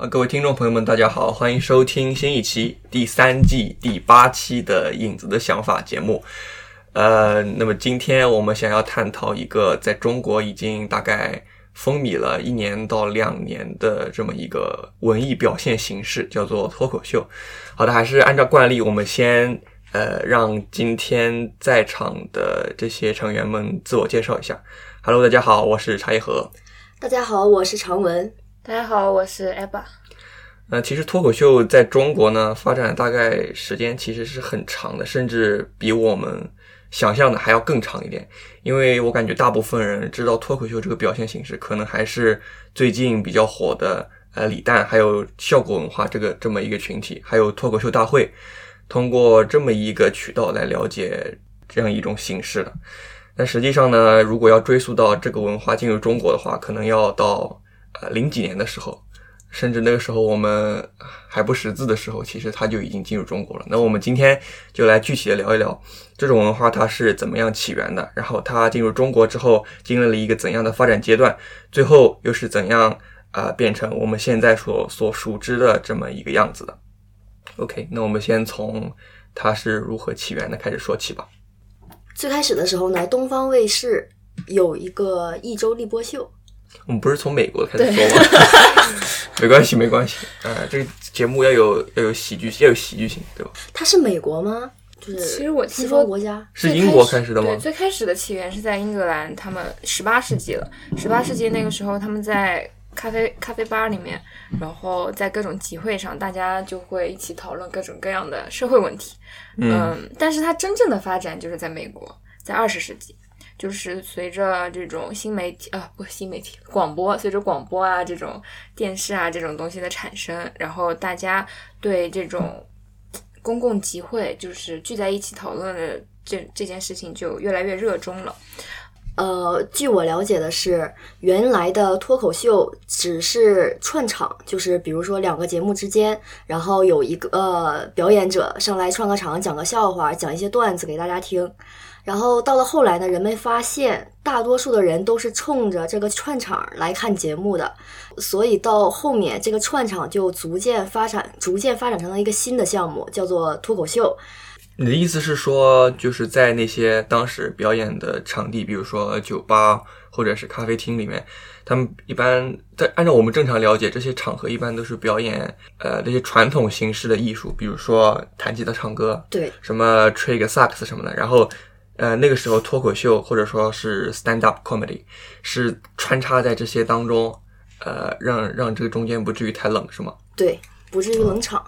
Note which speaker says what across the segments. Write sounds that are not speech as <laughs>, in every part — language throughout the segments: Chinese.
Speaker 1: 呃各位听众朋友们，大家好，欢迎收听新一期第三季第八期的《影子的想法》节目。呃，那么今天我们想要探讨一个在中国已经大概风靡了一年到两年的这么一个文艺表现形式，叫做脱口秀。好的，还是按照惯例，我们先呃让今天在场的这些成员们自我介绍一下。Hello，大家好，我是茶叶盒。
Speaker 2: 大家好，我是常文。
Speaker 3: 大家好，我是 Abba。
Speaker 1: 那其实脱口秀在中国呢发展大概时间其实是很长的，甚至比我们想象的还要更长一点。因为我感觉大部分人知道脱口秀这个表现形式，可能还是最近比较火的呃李诞，还有效果文化这个这么一个群体，还有脱口秀大会，通过这么一个渠道来了解这样一种形式的。但实际上呢，如果要追溯到这个文化进入中国的话，可能要到呃零几年的时候，甚至那个时候我们还不识字的时候，其实它就已经进入中国了。那我们今天就来具体的聊一聊这种文化它是怎么样起源的，然后它进入中国之后经历了一个怎样的发展阶段，最后又是怎样啊、呃变成我们现在所所熟知的这么一个样子的。OK，那我们先从它是如何起源的开始说起吧。
Speaker 2: 最开始的时候呢，东方卫视有一个一周立播秀，
Speaker 1: 我们不是从美国开始说吗？ <laughs> 没关系，没关系。呃，这个节目要有要有喜剧，要有喜剧性，对吧？
Speaker 2: 它是美国吗？就是
Speaker 3: 其实我听
Speaker 2: 西
Speaker 3: 说
Speaker 2: 方国家，
Speaker 1: 是英国开始的吗
Speaker 3: 对，？最开始的起源是在英格兰，他们十八世纪了。十八世纪那个时候，他们在咖啡咖啡吧里面，然后在各种集会上，大家就会一起讨论各种各样的社会问题。
Speaker 1: 嗯，
Speaker 3: 嗯，但是它真正的发展就是在美国，在二十世纪，就是随着这种新媒体啊，不是新媒体，广播，随着广播啊这种电视啊这种东西的产生，然后大家对这种公共集会，就是聚在一起讨论的这这件事情就越来越热衷了。
Speaker 2: 呃，据我了解的是，原来的脱口秀只是串场，就是比如说两个节目之间，然后有一个呃表演者上来串个场，讲个笑话，讲一些段子给大家听。然后到了后来呢，人们发现大多数的人都是冲着这个串场来看节目的，所以到后面这个串场就逐渐发展，逐渐发展成了一个新的项目，叫做脱口秀。
Speaker 1: 你的意思是说，就是在那些当时表演的场地，比如说呃酒吧或者是咖啡厅里面，他们一般在按照我们正常了解，这些场合一般都是表演呃这些传统形式的艺术，比如说弹吉他、唱歌，
Speaker 2: 对，
Speaker 1: 什么吹个萨克斯什么的，然后。呃，那个时候脱口秀或者说是 stand up comedy 是穿插在这些当中，呃，让让这个中间不至于太冷，是吗？
Speaker 2: 对，不至于
Speaker 1: 嗯
Speaker 2: 冷场。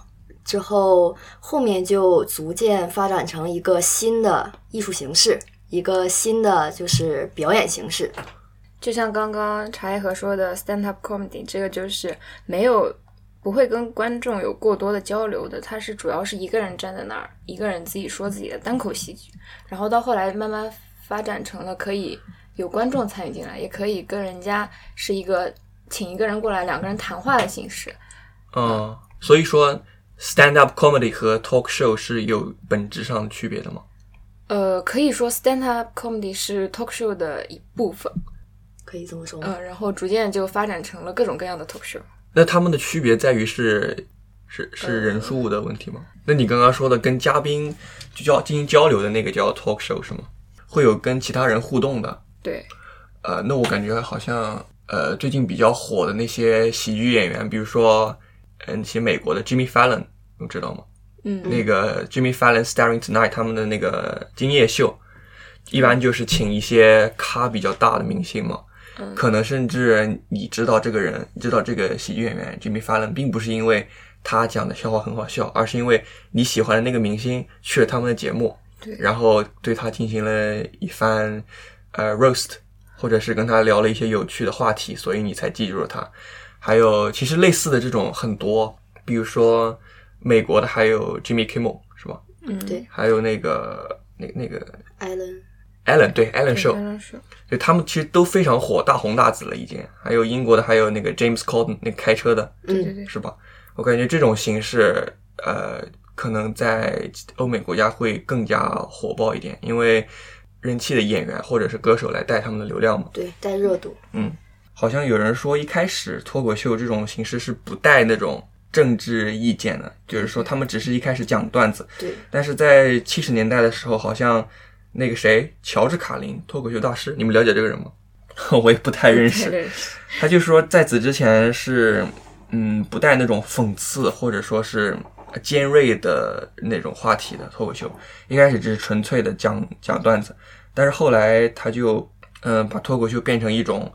Speaker 2: 之后后面就逐渐发展成一个新的艺术形式，一个新的就是表演形式。
Speaker 3: 就像刚刚茶叶和说的 stand up comedy，这个就是没有不会跟观众有过多的交流的，他是主要是一个人站在那儿，一个人自己说自己的单口喜剧，然后到后来慢慢发展成了可以有观众参与进来，也可以跟人家是一个请一个人过来两个人谈话的形式。
Speaker 1: 嗯，所以说 stand up comedy 和 talk show 是有本质上的区别的吗？
Speaker 3: 呃，可以说 stand up comedy 是 talk show 的一部分，
Speaker 2: 可以这么说吗？
Speaker 3: 呃，然后逐渐就发展成了各种各样的 talk show。
Speaker 1: 那他们的区别在于是是是人数的问题吗？那你刚刚说的跟嘉宾就交进行交流的那个叫 talk show 是吗？会有跟其他人互动的？
Speaker 3: 对，
Speaker 1: 呃，那我感觉好像呃最近比较火的那些喜剧演员，比如说嗯，那些美国的 Jimmy Fallon，你知道吗？
Speaker 3: 嗯，
Speaker 1: 那个 Jimmy Fallon Starring Tonight 他们的那个今夜秀，一般就是请一些咖比较大的明星嘛。
Speaker 3: 嗯
Speaker 1: 可能甚至你知道这个人，你知道这个喜剧演员 Jimmy Fallon，并不是因为他讲的笑话很好笑，而是因为你喜欢的那个明星去了他们的节目，
Speaker 3: 对
Speaker 1: 然后对他进行了一番呃 roast，或者是跟他聊了一些有趣的话题，所以你才记住了他。还有其实类似的这种很多，比如说美国的还有 Jimmy Kimmel 是吧？
Speaker 3: 嗯，
Speaker 2: 对
Speaker 1: 还有那个那那个
Speaker 2: 艾伦
Speaker 1: Ellen 对 Ellen
Speaker 3: 对
Speaker 1: Show，
Speaker 3: Ellen Show
Speaker 1: 对他们其实都非常火，大红大紫了已经。还有英国的，还有那个 James Corden 那个开车的，
Speaker 3: 对
Speaker 2: 嗯
Speaker 3: 对对。
Speaker 1: 是吧？我感觉这种形式，呃，可能在欧美国家会更加火爆一点，因为人气的演员或者是歌手来带他们的流量嘛。
Speaker 2: 对带热度。
Speaker 1: 好像有人说一开始脱口秀这种形式是不带那种政治意见的，就是说他们只是一开始讲段子，
Speaker 2: 对，
Speaker 1: 但是在七十年代的时候，好像那个谁，乔治卡林，脱口秀大师，你们了解这个人吗？ <laughs> 我也不太认识。
Speaker 3: 对
Speaker 1: 他就说在此之前是，嗯，不带那种讽刺或者说是尖锐的那种话题的脱口秀，一开始只是纯粹的讲讲段子，但是后来他就，嗯，把脱口秀变成一种，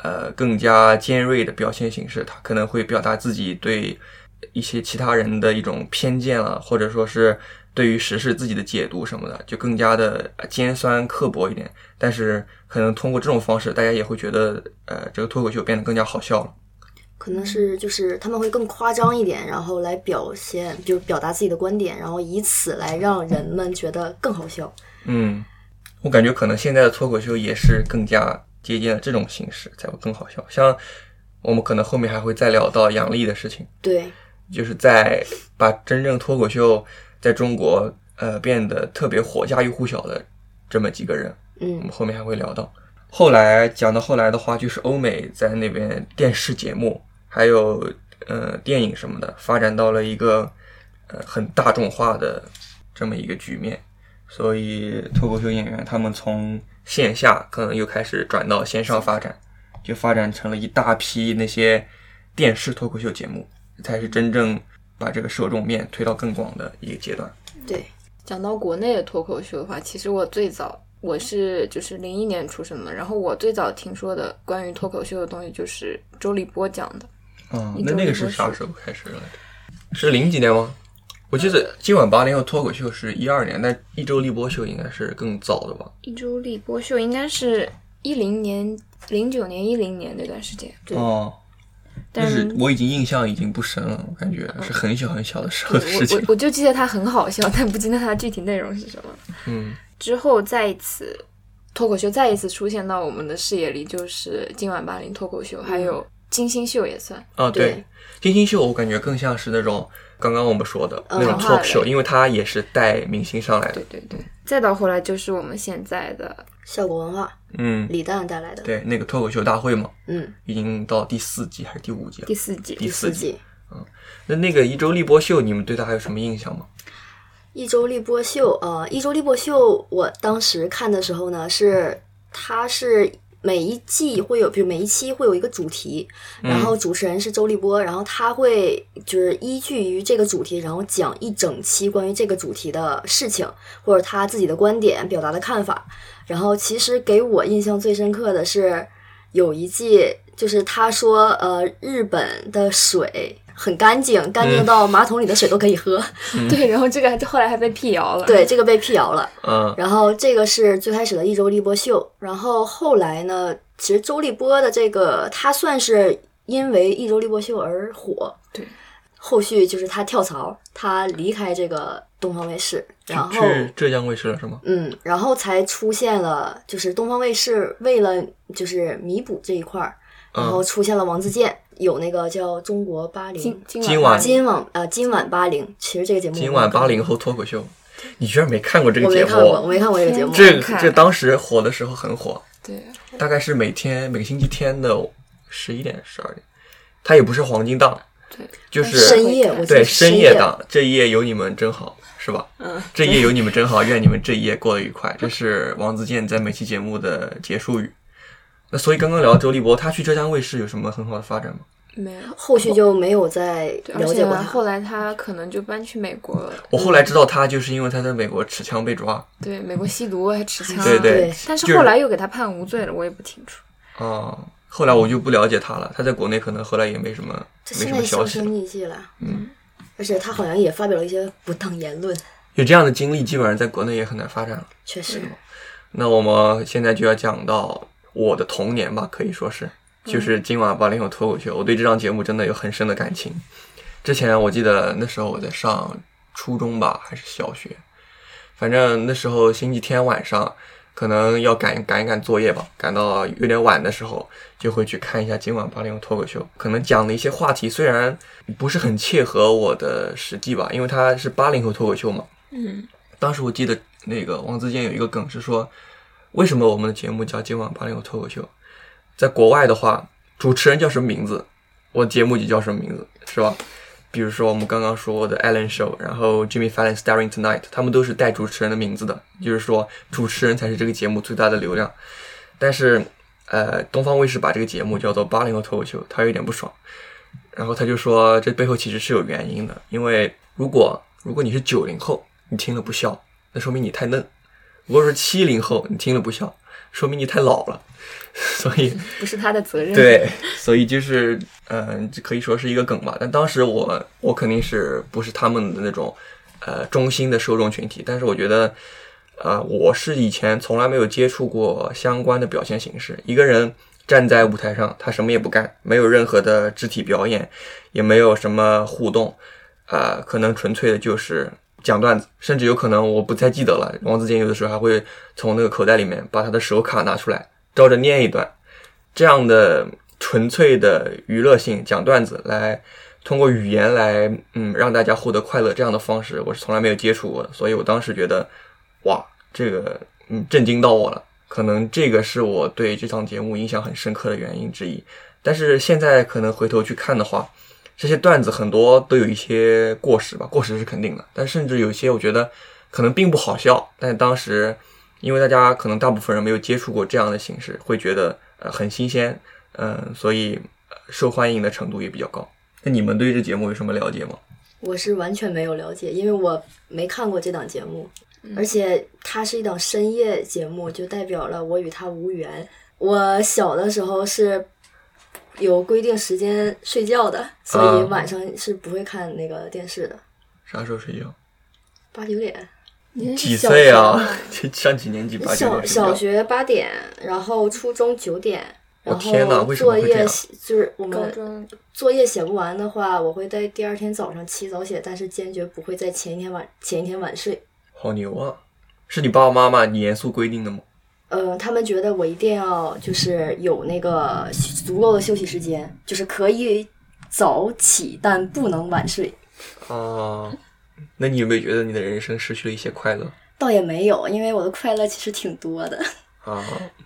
Speaker 1: 呃，更加尖锐的表现形式，他可能会表达自己对一些其他人的一种偏见了，或者说是。对于时事自己的解读什么的，就更加的尖酸刻薄一点。但是可能通过这种方式，大家也会觉得，呃，这个脱口秀变得更加好笑了。
Speaker 2: 可能是就是他们会更夸张一点，然后来表现，就表达自己的观点，然后以此来让人们觉得更好笑。
Speaker 1: 嗯，我感觉可能现在的脱口秀也是更加接近了这种形式，才会更好笑。像我们可能后面还会再聊到杨笠的事情，
Speaker 2: 对，
Speaker 1: 就是在把真正脱口秀在中国呃变得特别火、家喻户晓的这么几个人。我
Speaker 2: 嗯
Speaker 1: 们后面还会聊到。后来讲到后来的话，就是欧美在那边电视节目，还有呃电影什么的，发展到了一个呃很大众化的这么一个局面，所以脱口秀演员他们从线下可能又开始转到线上发展，就发展成了一大批那些电视脱口秀节目，才是真正把这个受众面推到更广的一个阶段。
Speaker 2: 对，
Speaker 3: 讲到国内的脱口秀的话，其实我最早我是就是零一年出生的，然后我最早听说的关于脱口秀的东西就是周立波讲的，
Speaker 1: 啊，
Speaker 3: 一
Speaker 1: 那
Speaker 3: 周
Speaker 1: 那个
Speaker 3: 一
Speaker 1: 是
Speaker 3: 播
Speaker 1: 啥
Speaker 3: 出
Speaker 1: 时候开始的来着？是零几年吗？我记得今晚八零后脱口秀是一二年，但一周立波秀应该是更早的吧？
Speaker 3: 一周立波秀应该是一零年、零九年、一零年那段时间，
Speaker 2: 对
Speaker 1: 哦，但
Speaker 3: 但
Speaker 1: 是我已经印象已经不深了，我感觉是很小很小的时候的
Speaker 3: 对
Speaker 1: 事情
Speaker 3: 我我。我就记得它很好笑，但不记得它的具体内容是什么。
Speaker 1: 嗯，
Speaker 3: 之后再一次脱口秀再一次出现到我们的视野里，就是今晚八零脱口秀，
Speaker 1: 嗯
Speaker 3: 还有金星秀也算。
Speaker 1: 啊，对
Speaker 2: 对，
Speaker 1: 金星秀我感觉更像是那种刚刚我们说的
Speaker 2: 嗯
Speaker 1: 那种
Speaker 3: 谈话
Speaker 1: talk
Speaker 3: 类
Speaker 1: show，因为它也是带明星上来的
Speaker 3: 对。对对，再到后来就是我们现在的
Speaker 2: 效果文化
Speaker 1: 嗯，
Speaker 2: 李诞带来的，
Speaker 1: 对，那个脱口秀大会嘛，
Speaker 2: 嗯，
Speaker 1: 已经到第四季还是第五季了
Speaker 3: 第？四季。
Speaker 1: 第四
Speaker 2: 四
Speaker 1: 季。
Speaker 2: 季
Speaker 1: 那那个一周立波秀，你们对它还有什么印象吗？
Speaker 2: 一周立波秀，呃，一周立波秀，我当时看的时候呢，是它是每一季会有，比如每一期会有一个主题，然后主持人是周立波，然后他会就是依据于这个主题，然后讲一整期关于这个主题的事情，或者他自己的观点表达的看法。然后其实给我印象最深刻的是有一季，就是他说，呃，日本的水很干净，干净到马桶里的水都可以喝。 <laughs>
Speaker 3: 对，然后这个还后来还被辟谣了。
Speaker 2: 对，这个被辟谣了。
Speaker 1: <laughs> 嗯，
Speaker 2: 然后这个是最开始的一周立波秀，然后后来呢，其实周立波的这个他算是因为一周立波秀而火，
Speaker 3: 对，
Speaker 2: 后续就是他跳槽，他离开这个东方卫视，然后
Speaker 1: 去浙江卫视了是吗？
Speaker 2: 嗯，然后才出现了就是东方卫视为了就是弥补这一块儿，然后
Speaker 1: 嗯，
Speaker 2: 出现了王自健，有那个叫中国八零
Speaker 3: 今。今
Speaker 1: 今晚
Speaker 3: 晚
Speaker 2: 今晚呃，今晚八零，其实这个节目
Speaker 1: 今晚八零后脱口秀，你居然没看过这个
Speaker 2: 我
Speaker 1: 节
Speaker 2: 没看过，我
Speaker 1: 目？
Speaker 2: 没看过这个节目，
Speaker 1: 这
Speaker 3: 没看
Speaker 1: 这当时火的时候很火，
Speaker 3: 对
Speaker 1: 大概是每天每个星期天的十一点十二点，它也不是黄金档，
Speaker 3: 对，
Speaker 1: 就是
Speaker 2: 深夜，我记
Speaker 1: 对
Speaker 2: 得
Speaker 1: 深
Speaker 2: 夜
Speaker 1: 夜档。这一夜有你们真好，是吧？
Speaker 3: 嗯，
Speaker 1: 这一夜有你们真好， <laughs> 愿你们这一夜过得愉快。这是王自健在每期节目的结束语。那所以刚刚聊周立波，他去浙江卫视有什么很好的发展吗？
Speaker 3: 没有。
Speaker 2: 后续就没有再
Speaker 3: 对，而
Speaker 2: 了解
Speaker 3: 且
Speaker 2: 过
Speaker 3: 后
Speaker 2: 他。
Speaker 3: 来他可能就搬去美国了。
Speaker 1: 我后来知道他就是因为他在美国持枪被抓，
Speaker 3: 对，美国吸毒还持枪啊。
Speaker 1: 对
Speaker 2: 对
Speaker 3: 但
Speaker 1: 就是
Speaker 3: 后来又给他判无罪了，我也不清楚。
Speaker 1: 哦，后来我就不了解他了，他在国内可能后来也没什么
Speaker 2: 这
Speaker 1: 没
Speaker 2: 现
Speaker 1: 什
Speaker 2: 在
Speaker 1: 么消
Speaker 2: 销
Speaker 1: 息
Speaker 2: 声
Speaker 1: 了。
Speaker 2: 匿迹了，
Speaker 1: 嗯，
Speaker 2: 而且他好像也发表了一些不当言论，
Speaker 1: 有这样的经历，基本上在国内也很难发展了。
Speaker 2: 确实，
Speaker 1: 那我们现在就要讲到我的童年吧，可以说是，就是今晚八零后脱口秀，我对这档节目真的有很深的感情。之前我记得那时候我在上初中吧，还是小学，反正那时候星期天晚上，可能要赶赶一赶作业吧，赶到有点晚的时候，就会去看一下今晚八零后脱口秀。可能讲的一些话题虽然不是很切合我的实际吧，因为它是八零后脱口秀嘛，
Speaker 3: 嗯，
Speaker 1: 当时我记得那个王自健有一个梗是说，为什么我们的节目叫《今晚八零后脱口秀》？在国外的话，主持人叫什么名字，我节目就叫什么名字，是吧？比如说我们刚刚说的 Ellen Show，然后 Jimmy Fallon Starring Tonight，他们都是带主持人的名字的，就是说主持人才是这个节目最大的流量。但是，呃，东方卫视把这个节目叫做《八零后脱口秀》，他有点不爽，然后他就说这背后其实是有原因的，因为如果如果你是九零后，你听了不笑，那说明你太嫩；如果是七零后，你听了不笑，说明你太老了。所以，
Speaker 3: 不是他的责任。，
Speaker 1: 对，所以就是，嗯、这可以说是一个梗吧。但当时我我肯定是不是他们的那种，呃，中心的受众群体。但是我觉得，呃，我是以前从来没有接触过相关的表现形式。一个人站在舞台上，他什么也不干，没有任何的肢体表演，也没有什么互动，呃，可能纯粹的就是讲段子，甚至有可能我不太记得了。王自健有的时候还会从那个口袋里面把他的手卡拿出来，照着念一段。这样的纯粹的娱乐性讲段子来。通过语言来，嗯，让大家获得快乐这样的方式，我是从来没有接触过的，所以我当时觉得，哇，这个嗯震惊到我了。可能这个是我对这档节目印象很深刻的原因之一。但是现在可能回头去看的话，这些段子很多都有一些过时吧，过时是肯定的。但甚至有些我觉得可能并不好笑，但当时因为大家可能大部分人没有接触过这样的形式，会觉得呃很新鲜，嗯、所以呃受欢迎的程度也比较高。那你们对这节目有什么了解吗？
Speaker 2: 我是完全没有了解，因为我没看过这档节目，而且它是一档深夜节目，就代表了我与它无缘。我小的时候是有规定时间睡觉的，所以
Speaker 1: 啊
Speaker 2: 晚上是不会看那个电视的，
Speaker 1: 啥时候睡觉？
Speaker 2: 八九点。
Speaker 3: 你
Speaker 1: 几
Speaker 3: 嗯小
Speaker 1: 岁
Speaker 3: 学
Speaker 1: 啊
Speaker 3: 嘛？
Speaker 1: <laughs> 这上几年级？八九
Speaker 2: 小
Speaker 1: 年级啊
Speaker 2: 小学八点，然后初中九点，
Speaker 1: 我
Speaker 2: 然
Speaker 1: 天哪
Speaker 2: 后
Speaker 1: 为什么
Speaker 2: 作
Speaker 1: 会这
Speaker 2: 业
Speaker 1: 样
Speaker 2: 写就是我
Speaker 3: 高
Speaker 2: 们
Speaker 3: 中
Speaker 2: 作业写不完的话，我会在第二天早上起早写，但是坚决不会在前一天晚前一天晚睡。
Speaker 1: 好牛啊！是你爸爸妈妈你严肃规定的吗？
Speaker 2: 呃，他们觉得我一定要就是有那个足够的休息时间，就是可以早起，但不能晚睡。
Speaker 1: 啊，那你有没有觉得你的人生失去了一些快乐
Speaker 2: 倒也没有，因为我的快乐其实挺多的。 <laughs>
Speaker 1: 啊？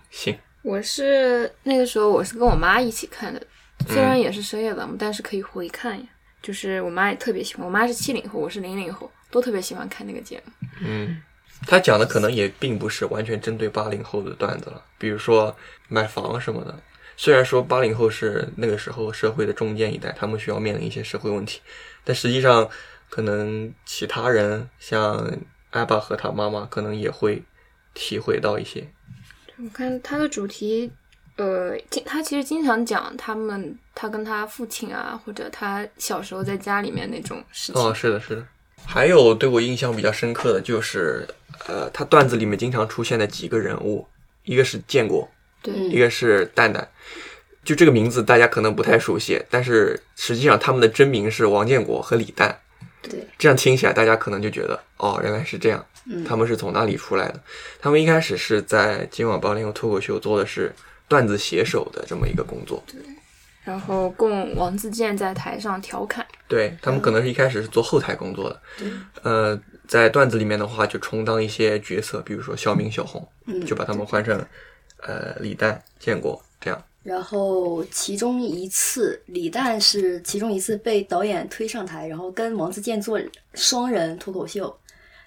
Speaker 1: 行，
Speaker 3: 我是那个时候我是跟我妈一起看的，虽然也是深夜档，但是可以回看呀。就是我妈也特别喜欢，我妈是七零后，我是零零后，都特别喜欢看那个节目。
Speaker 1: 嗯，他讲的可能也并不是完全针对八零后的段子了，比如说买房什么的。虽然说八零后是那个时候社会的中间一代，他们需要面临一些社会问题，但实际上可能其他人像艾巴和他妈妈可能也会体会到一些。
Speaker 3: 我看它的主题，呃，经他其实经常讲他们他跟他父亲啊，或者他小时候在家里面那种事情。
Speaker 1: 哦，是的，是的。还有对我印象比较深刻的就是，呃，他段子里面经常出现的几个人物，一个是建国，
Speaker 3: 对，
Speaker 2: 嗯
Speaker 1: 一个是蛋蛋。就这个名字大家可能不太熟悉，但是实际上他们的真名是王建国和李诞。
Speaker 2: 对，
Speaker 1: 这样听起来，大家可能就觉得哦，原来是这样，
Speaker 2: 嗯
Speaker 1: 他们是从哪里出来的？他们一开始是在今晚八零后脱口秀做的是段子写手的这么一个工作，
Speaker 3: 然后供王自健在台上调侃。
Speaker 1: 对他们可能是一开始是做后台工作的，呃，在段子里面的话就充当一些角色，比如说小明、小红，
Speaker 2: 嗯
Speaker 1: 就把他们换成呃李诞、建国这样。
Speaker 2: 然后其中一次，李诞是其中一次被导演推上台，然后跟王自健做双人脱口秀，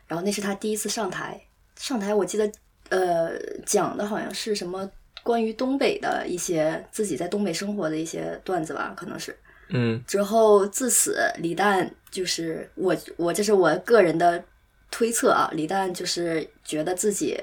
Speaker 2: 然后那是他第一次上台。上台我记得，呃，讲的好像是什么关于东北的一些自己在东北生活的一些段子吧，可能是。
Speaker 1: 嗯
Speaker 2: 之后自此，李诞就是我，我这是我个人的推测啊。李诞就是觉得自己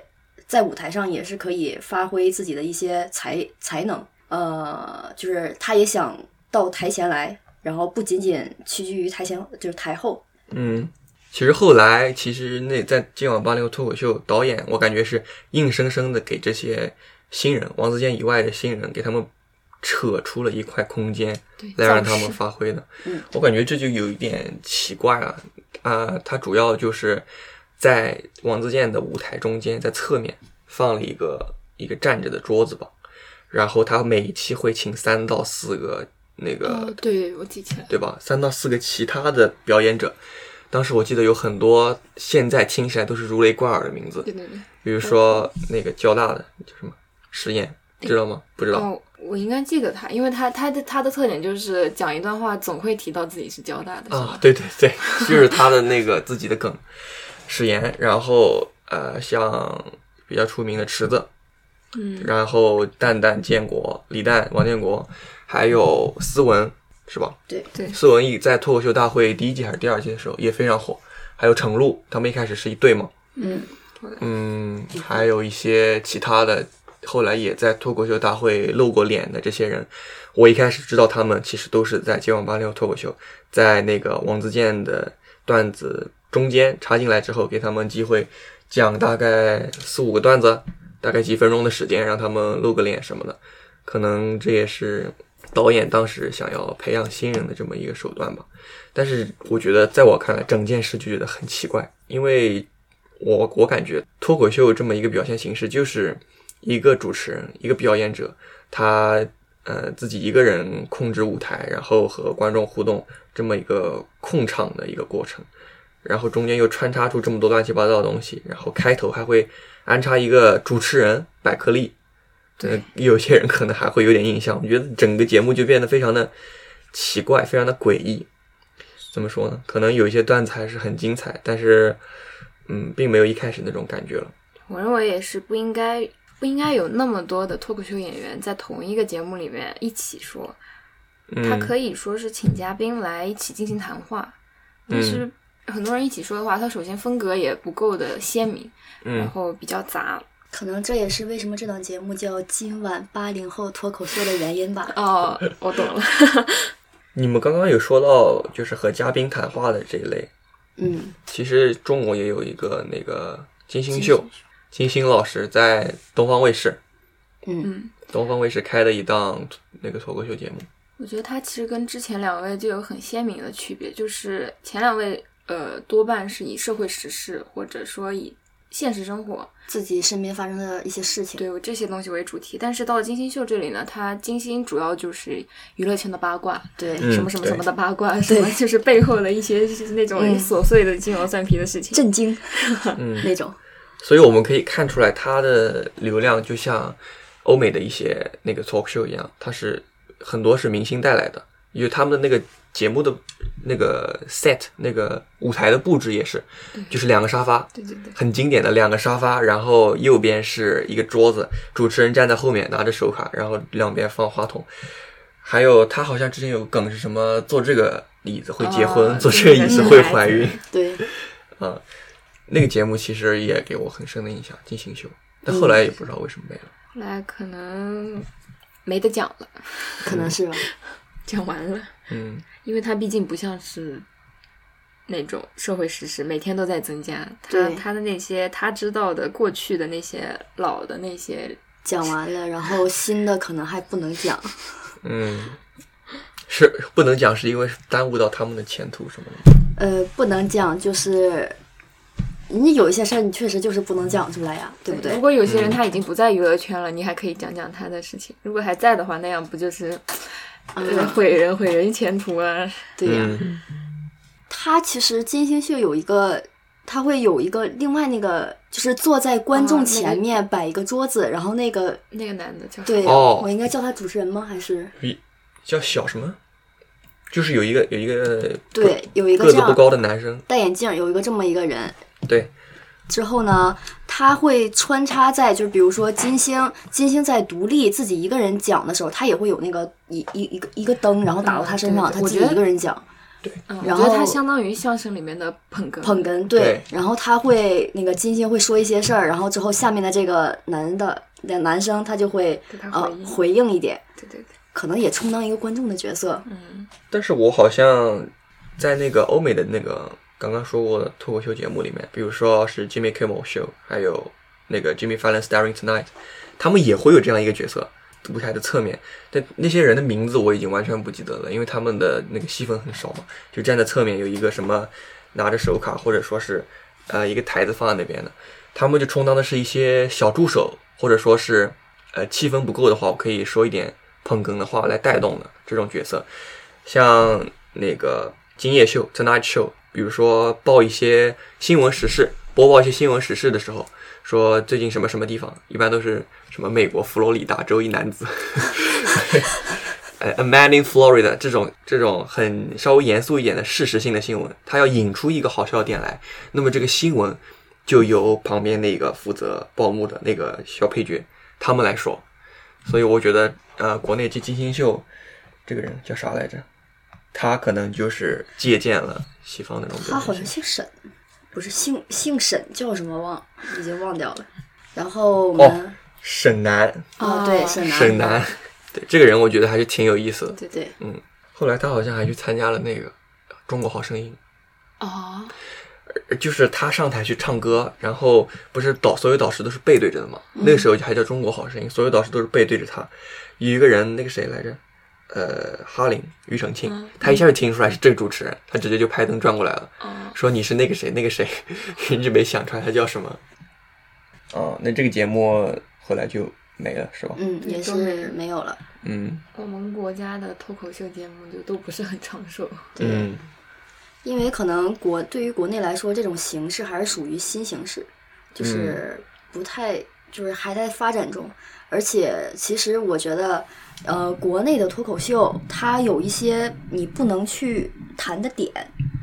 Speaker 2: 在舞台上也是可以发挥自己的一些才才能，呃，就是他也想到台前来，然后不仅仅屈居于台前，就是台后。
Speaker 1: 嗯，其实后来其实那在今晚八零后脱口秀导演，我感觉是硬生生的给这些新人，王自健以外的新人，给他们扯出了一块空间
Speaker 3: 对，
Speaker 1: 来让他
Speaker 3: 造
Speaker 1: 们
Speaker 3: 势
Speaker 1: 发挥的。
Speaker 2: 嗯
Speaker 1: 我感觉这就有一点奇怪了。啊、他主要就是在王自健的舞台中间，在侧面放了一个一个站着的桌子吧，然后他每一期会请三到四个那个、
Speaker 3: 哦，对，我记起来了。
Speaker 1: 对吧？三到四个其他的表演者，当时我记得有很多现在听起来都是如雷贯耳的名字
Speaker 3: 对，对对，
Speaker 1: 比如说那个交大的叫什么实验，知道吗？不知道。
Speaker 3: 哦，我应该记得他，因为他他的他的特点就是讲一段话总会提到自己是交大的，是
Speaker 1: 啊
Speaker 3: 吧，？
Speaker 1: 对对对， <laughs> 就是他的那个自己的梗，史岩，然后呃，像比较出名的池子，
Speaker 3: 嗯，
Speaker 1: 然后蛋蛋、建国、李诞、王建国，还有思文，是吧？
Speaker 2: 对
Speaker 3: 对
Speaker 1: 思文也在脱口秀大会第一季还是第二季的时候也非常火，还有程璐，他们一开始是一对嘛，
Speaker 2: 嗯，
Speaker 1: 嗯，还有一些其他的，后来也在脱口秀大会露过脸的这些人，我一开始知道他们其实都是在《今晚八六》脱口秀，在那个王自健的段子中间插进来之后，给他们机会讲大概四五个段子，大概几分钟的时间，让他们露个脸什么的，可能这也是导演当时想要培养新人的这么一个手段吧。但是我觉得，在我看来，整件事就觉得很奇怪，因为我我感觉脱口秀这么一个表现形式，就是一个主持人、一个表演者，他呃自己一个人控制舞台，然后和观众互动这么一个控场的一个过程，然后中间又穿插出这么多乱七八糟的东西，然后开头还会安插一个主持人 <laughs> 百克力，
Speaker 3: 对
Speaker 1: 呃，有些人可能还会有点印象，我觉得整个节目就变得非常的奇怪，非常的诡异。怎么说呢？可能有一些段子还是很精彩，但是，嗯，并没有一开始那种感觉了。
Speaker 3: 我认为也是不应该不应该有那么多的脱口秀演员在同一个节目里面一起说，
Speaker 1: 嗯，
Speaker 3: 他可以说是请嘉宾来一起进行谈话，但
Speaker 1: 嗯
Speaker 3: 是很多人一起说的话，他首先风格也不够的鲜明，然
Speaker 1: 嗯，
Speaker 3: 后比较杂。
Speaker 2: 可能这也是为什么这档节目叫《今晚八零后脱口秀》的原因吧。
Speaker 3: 哦，我懂了。 <laughs>
Speaker 1: 你们刚刚有说到就是和嘉宾谈话的这一类，
Speaker 2: 嗯，
Speaker 1: 其实中国也有一个那个金星秀，金星老师在东方卫视，
Speaker 2: 嗯
Speaker 3: 嗯，
Speaker 1: 东方卫视开的一档那个脱口秀节目。
Speaker 3: 我觉得它其实跟之前两位就有很鲜明的区别，就是前两位呃多半是以社会时事或者说以现实生活
Speaker 2: <laughs> 自己身边发生的一些事情。
Speaker 3: 对我这些东西为主题，但是到了金星秀这里呢，它金星主要就是娱乐圈的八卦，
Speaker 2: 对，
Speaker 1: 嗯
Speaker 3: 什么什么什么的八卦，什么就是背后的一些就是那种
Speaker 2: 嗯
Speaker 3: 琐碎的鸡毛蒜皮的事情。
Speaker 2: 震惊
Speaker 1: 嗯，
Speaker 2: <laughs> 那种。
Speaker 1: 所以我们可以看出来，它的流量就像欧美的一些那个 talk show 一样，它是很多是明星带来的，因为他们的那个节目的那个 set 那个舞台的布置也是，就是两个沙发，
Speaker 3: 对对对，
Speaker 1: 很经典的两个沙发，然后右边是一个桌子，主持人站在后面拿着手卡，然后两边放话筒。还有，他好像之前有个梗是什么？坐这个椅子会结婚， <laughs>
Speaker 3: 哦
Speaker 1: 坐这个椅子会怀孕。
Speaker 2: 对，
Speaker 1: 那个节目其实也给我很深的印象，《金星秀》，但后来也不知道为什么没了。
Speaker 3: 后来可能没得讲了，
Speaker 2: 可能是吧。
Speaker 3: 讲完了，
Speaker 1: 嗯，
Speaker 3: 因为它毕竟不像是。那种社会时事每天都在增加，他
Speaker 2: 对
Speaker 3: 他的那些他知道的过去的那些老的那些，
Speaker 2: 讲完了，然后新的可能还不能讲。
Speaker 1: 嗯，是不能讲，是因为耽误到他们的前途什么的。
Speaker 2: 呃，不能讲就是，你有一些事儿你确实就是不能讲出来呀、对不对
Speaker 3: 如？果有些人他已经不在娱乐圈了，你还可以讲讲他的事情；如果还在的话，那样不就是呃
Speaker 2: 嗯，
Speaker 3: 毁人毁人前途啊？
Speaker 2: 对呀、
Speaker 1: 嗯
Speaker 2: 他其实金星秀有一个，他会有一个另外那个，就是坐在观
Speaker 3: 啊
Speaker 2: 众
Speaker 3: 那个
Speaker 2: 前面摆一个桌子，然后那个
Speaker 3: 那个男的叫
Speaker 2: 对、
Speaker 1: 哦
Speaker 2: 我应该叫他主持人吗？还是
Speaker 1: 叫小什么？就是有一个有一个
Speaker 2: 对有一个
Speaker 1: 个
Speaker 2: 这
Speaker 1: 子不
Speaker 2: 样
Speaker 1: 高的男生，
Speaker 2: 戴眼镜有一个这么一个人，
Speaker 1: 对，
Speaker 2: 之后呢，他会穿插在，就比如说金星，金星在独立自己一个人讲的时候，他也会有那个一一一个一个灯，然后打到他身上，
Speaker 3: 嗯对
Speaker 2: 他
Speaker 3: 对
Speaker 2: 自己
Speaker 3: 我觉得
Speaker 2: 一个人讲
Speaker 3: 嗯，我
Speaker 2: 然
Speaker 3: 觉
Speaker 2: 后
Speaker 3: 得他相当于相声里面的捧哏。
Speaker 2: 捧哏，对，
Speaker 1: 对
Speaker 2: 然后他会那个金星会说一些事儿，然后之后下面的这个男的那男生他就会
Speaker 3: 给他
Speaker 2: 呃
Speaker 3: 回应
Speaker 2: 回应一点，
Speaker 3: 对对对，
Speaker 2: 可能也充当一个观众的角色，
Speaker 3: 嗯，
Speaker 1: 但是我好像在那个欧美的那个刚刚说过的脱口秀节目里面，比如说是 Jimmy Kimmel Show，还有那个 Jimmy Fallon Starring Tonight，他们也会有这样一个角色，舞台的侧面。但那些人的名字我已经完全不记得了，因为他们的那个戏份很少嘛，就站在侧面有一个什么拿着手卡，或者说是呃一个台子放在那边的，他们就充当的是一些小助手，或者说是呃气氛不够的话，我可以说一点捧哏的话来带动的这种角色。像那个《今夜秀》《Tonight Show》，比如说报一些新闻时事，播报一些新闻时事的时候，说最近什么什么地方，一般都是什么美国佛罗里达州一男子，呃，A man in Florida 这种这种很稍微严肃一点的事实性的新闻，他要引出一个好笑点来，那么这个新闻就由旁边那个负责报幕的那个小配角他们来说，所以我觉得呃，国内这金星秀这个人叫啥来着？他可能就是借鉴了西方那种表
Speaker 2: 他好
Speaker 1: 演
Speaker 2: 像
Speaker 1: 形式。
Speaker 2: 姓沈，不是姓姓沈叫什么忘，已经忘掉了。然后我
Speaker 1: 哦
Speaker 2: 们
Speaker 1: 沈南，
Speaker 2: 哦对沈南
Speaker 1: 沈南，对这个人我觉得还是挺有意思的。
Speaker 2: 对对，
Speaker 1: 后来他好像还去参加了那个《中国好声音
Speaker 3: 哦，》，
Speaker 1: 呃就是他上台去唱歌，然后不是导所有导师都是背对着的嘛，那个时候就还叫《中国好声音》，所有导师都是背对着他。有一个人，那个谁来着？呃，哈林、庾澄庆，他一下就听出来是这个主持人，他直接就拍灯转过来了，
Speaker 3: 哦
Speaker 1: 说你是那个谁那个谁， <laughs> 一直没想出来他叫什么。哦，那这个节目后来就没了是吧？
Speaker 2: 嗯，也
Speaker 3: 都没
Speaker 2: 是
Speaker 3: 了
Speaker 2: 没有了。
Speaker 1: 嗯
Speaker 3: 我们国家的脱口秀节目就都不是很长寿。
Speaker 2: 对，
Speaker 1: 嗯，
Speaker 2: 因为可能国对于国内来说，这种形式还是属于新形式，就是不太就是还在发展中。而且其实我觉得，呃，国内的脱口秀它有一些你不能去谈的点，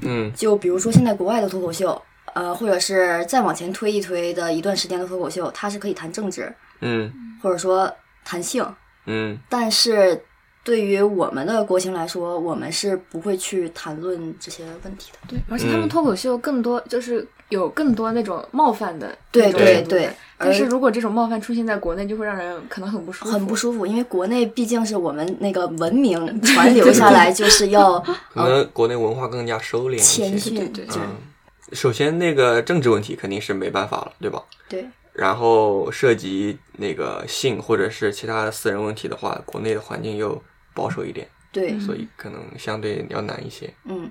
Speaker 1: 嗯
Speaker 2: 就比如说现在国外的脱口秀，呃，或者是再往前推一推的一段时间的脱口秀，它是可以谈政治，
Speaker 1: 嗯
Speaker 2: 或者说谈性，
Speaker 1: 嗯
Speaker 2: 但是对于我们的国情来说，我们是不会去谈论这些问题的。
Speaker 3: 对，而且他
Speaker 1: 嗯
Speaker 3: 们脱口秀更多就是有更多那种冒犯的
Speaker 2: 对
Speaker 3: 那种程
Speaker 2: 对
Speaker 3: 度
Speaker 2: 对
Speaker 3: 在。但是
Speaker 2: 而
Speaker 3: 如果这种冒犯出现在国内，就会让人可能很不舒服。
Speaker 2: 很不舒服，因为国内毕竟是我们那个文
Speaker 3: <laughs>
Speaker 2: 明传流下来，就是要
Speaker 1: 可能国内文化更加收敛一些。
Speaker 2: 谦逊，
Speaker 3: 对对对
Speaker 1: 嗯，首先那个政治问题肯定是没办法了，对吧？
Speaker 2: 对
Speaker 1: 然后涉及那个性或者是其他的私人问题的话，国内的环境又保守一点，
Speaker 2: 对，
Speaker 3: 嗯
Speaker 1: 所以可能相对要难一些。
Speaker 2: 嗯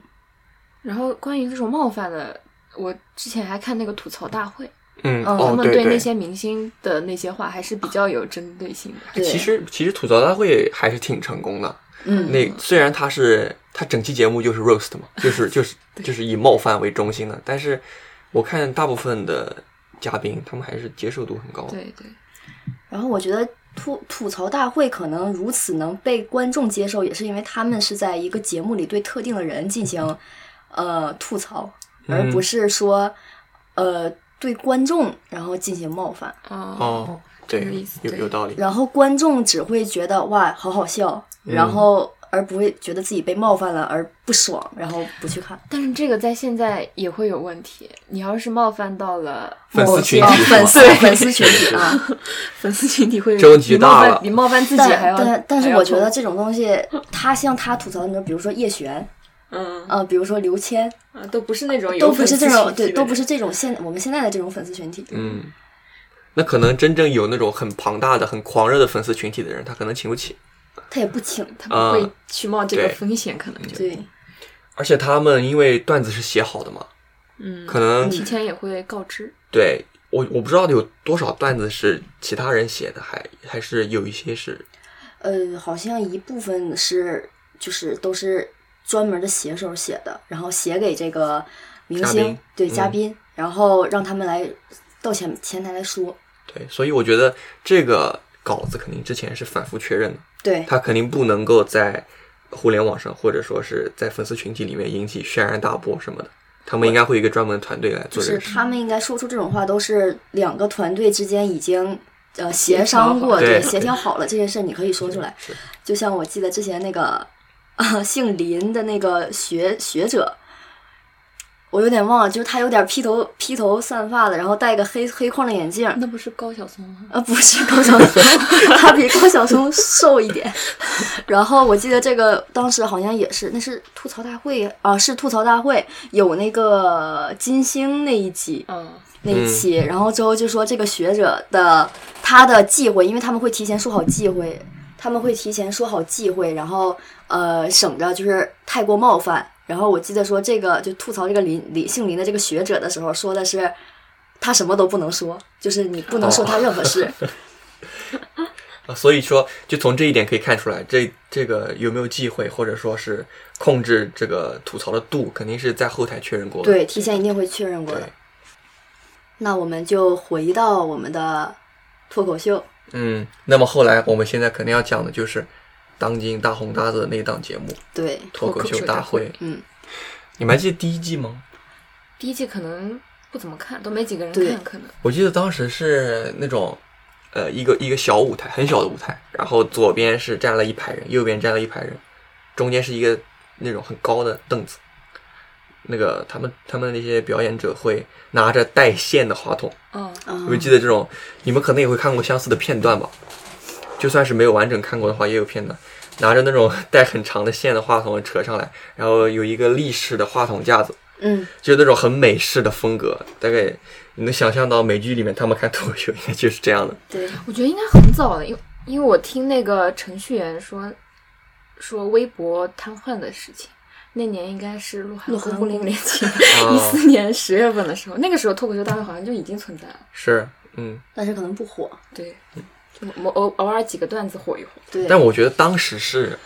Speaker 3: 然后关于这种冒犯的，我之前还看那个吐槽大会，
Speaker 1: 嗯，
Speaker 2: 嗯
Speaker 1: 哦
Speaker 3: 他，们
Speaker 1: 对
Speaker 3: 那些明星的那些话还是比较有针对性的。
Speaker 2: 对
Speaker 1: 哎其实其实吐槽大会还是挺成功的。
Speaker 2: 嗯，
Speaker 1: 那虽然它是它整期节目就是 roast 嘛，就是就是就是以冒犯为中心的，但是我看大部分的嘉宾他们还是接受度很高的。
Speaker 3: 对对，
Speaker 2: 然后我觉得吐吐槽大会可能如此能被观众接受，也是因为他们是在一个节目里对特定的人进行呃吐槽，而
Speaker 1: 嗯
Speaker 2: 不是说呃对观众然后进行冒犯，
Speaker 3: 哦，
Speaker 1: 哦，对
Speaker 3: 这个意思，
Speaker 1: 有
Speaker 3: 对
Speaker 1: 有道理。
Speaker 2: 然后观众只会觉得哇好好笑，
Speaker 3: 嗯
Speaker 2: 然后而不会觉得自己被冒犯了而不爽，然后不去看。
Speaker 3: 但是这个在现在也会有问题。你要是冒犯到了
Speaker 1: 粉丝
Speaker 3: 某些
Speaker 1: 群体
Speaker 2: 哦
Speaker 1: 是吧
Speaker 2: 粉丝
Speaker 3: 对
Speaker 2: 粉丝群体啊，
Speaker 3: 粉丝群
Speaker 1: <laughs>
Speaker 3: 体会
Speaker 1: 这问题
Speaker 3: 比冒
Speaker 1: 大
Speaker 3: 犯
Speaker 1: 了
Speaker 3: 比冒犯自己还
Speaker 2: 但
Speaker 3: 要。
Speaker 2: 但但
Speaker 3: 还
Speaker 2: 是
Speaker 3: 要
Speaker 2: 我觉得
Speaker 3: 痛，
Speaker 2: 这种东西，他像他吐槽的那种，比如说叶璇，
Speaker 3: 嗯
Speaker 2: 呃，比如说刘谦，
Speaker 3: 啊，都不是那种有
Speaker 2: 都不是
Speaker 3: 粉丝
Speaker 2: 这种，
Speaker 3: 群体
Speaker 2: 对，
Speaker 3: 的
Speaker 2: 都不
Speaker 3: 人
Speaker 2: 是这种现我们现在的这种粉丝群体。
Speaker 1: 嗯，那可能真正有那种很庞大的、很狂热的粉丝群体的人，他可能请不起，
Speaker 2: 他也不请，
Speaker 3: 他不会
Speaker 1: 嗯
Speaker 3: 去冒这个
Speaker 1: 对
Speaker 3: 风险，可能就
Speaker 2: 对，
Speaker 1: 而且他们因为段子是写好的嘛，
Speaker 3: 嗯，
Speaker 1: 可能
Speaker 3: 提前也会告知。
Speaker 1: 对我我不知道有多少段子是其他人写的，还还是有一些是
Speaker 2: 呃，好像一部分是就是都是专门的写手写的，然后写给这个明
Speaker 1: 嘉
Speaker 2: 星
Speaker 1: 宾
Speaker 2: 对嘉
Speaker 1: 嗯
Speaker 2: 宾，然后让他们来到前前台来说，
Speaker 1: 对，所以我觉得这个稿子肯定之前是反复确认的，
Speaker 2: 对
Speaker 1: 他肯定不能够在互联网上或者说是在粉丝群体里面引起轩然大波什么的，他们应该会有一个专门的团队来
Speaker 2: 就
Speaker 1: 做这
Speaker 2: 是
Speaker 1: 个事。
Speaker 2: 他们应该说出这种话，都是两个团队之间已经呃协
Speaker 3: 协调
Speaker 2: 商
Speaker 3: 好
Speaker 2: 过，
Speaker 1: 对
Speaker 2: 协调好了这件事，你可以说出来。
Speaker 1: 是
Speaker 2: 就像我记得之前那个、 <laughs> 啊、姓林的那个学学者，我有点忘了，就是他有点披头披头散发的，然后戴个黑黑框的眼镜。
Speaker 3: 那不是高晓松吗？
Speaker 2: 呃，不是 <laughs> 高晓松，他比高晓松瘦一点。 <laughs> 然后我记得这个当时好像也是，那是吐槽大会啊，是吐槽大会有那个金星那一集，
Speaker 3: 嗯，
Speaker 2: 那一期，然后之后就说这个学者的他的忌讳，因为他们会提前说好忌讳，他们会提前说好忌讳，然后呃省着就是太过冒犯。然后我记得说这个就吐槽这个林林姓林的这个学者的时候，说的是他什么都不能说，就是你不能说他任何事。
Speaker 1: 啊，所以说，就从这一点可以看出来，这这个有没有忌讳，或者说是控制哦这个吐槽的度，肯定是在后台确认过的。
Speaker 2: 对，提前一定会确认过的
Speaker 1: 对。
Speaker 2: 那我们就回到我们的脱口秀。
Speaker 1: 嗯，那么后来我们现在肯定要讲的就是当今大红大紫的那档节目《
Speaker 2: 对，
Speaker 1: 脱口秀大会》。
Speaker 2: 嗯，
Speaker 1: 你们还记得第一季吗？
Speaker 3: 第一季可能不怎么看，都没几个人
Speaker 2: 对
Speaker 3: 看，可能
Speaker 1: 我记得当时是那种，呃，一个一个小舞台，很小的舞台，然后左边是站了一排人，右边站了一排人，中间是一个那种很高的凳子。那个他们他们那些表演者会拿着带线的话筒，
Speaker 3: 嗯，
Speaker 2: 啊
Speaker 1: 你们记得这种，你们可能也会看过相似的片段吧？就算是没有完整看过的话，也有片段，拿着那种带很长的线的话筒扯上来，然后有一个立式的话筒架子，
Speaker 2: 嗯，
Speaker 1: 就是那种很美式的风格，大概你能想象到美剧里面他们看脱口秀应该就是这样的。
Speaker 2: 对，
Speaker 3: 我觉得应该很早了，因为因为我听那个程序员说说微博瘫痪的事情，那年应该是鹿晗
Speaker 2: 鹿晗
Speaker 3: 和零
Speaker 1: <laughs>
Speaker 3: 零七
Speaker 1: 啊
Speaker 3: 一四年十月份的时候，那个时候脱口秀大会好像就已经存在了，
Speaker 1: 是，嗯，
Speaker 2: 但是可能不火。
Speaker 3: 对，就我偶偶尔几个段子火一火，
Speaker 2: 对，
Speaker 1: 但我觉得当时是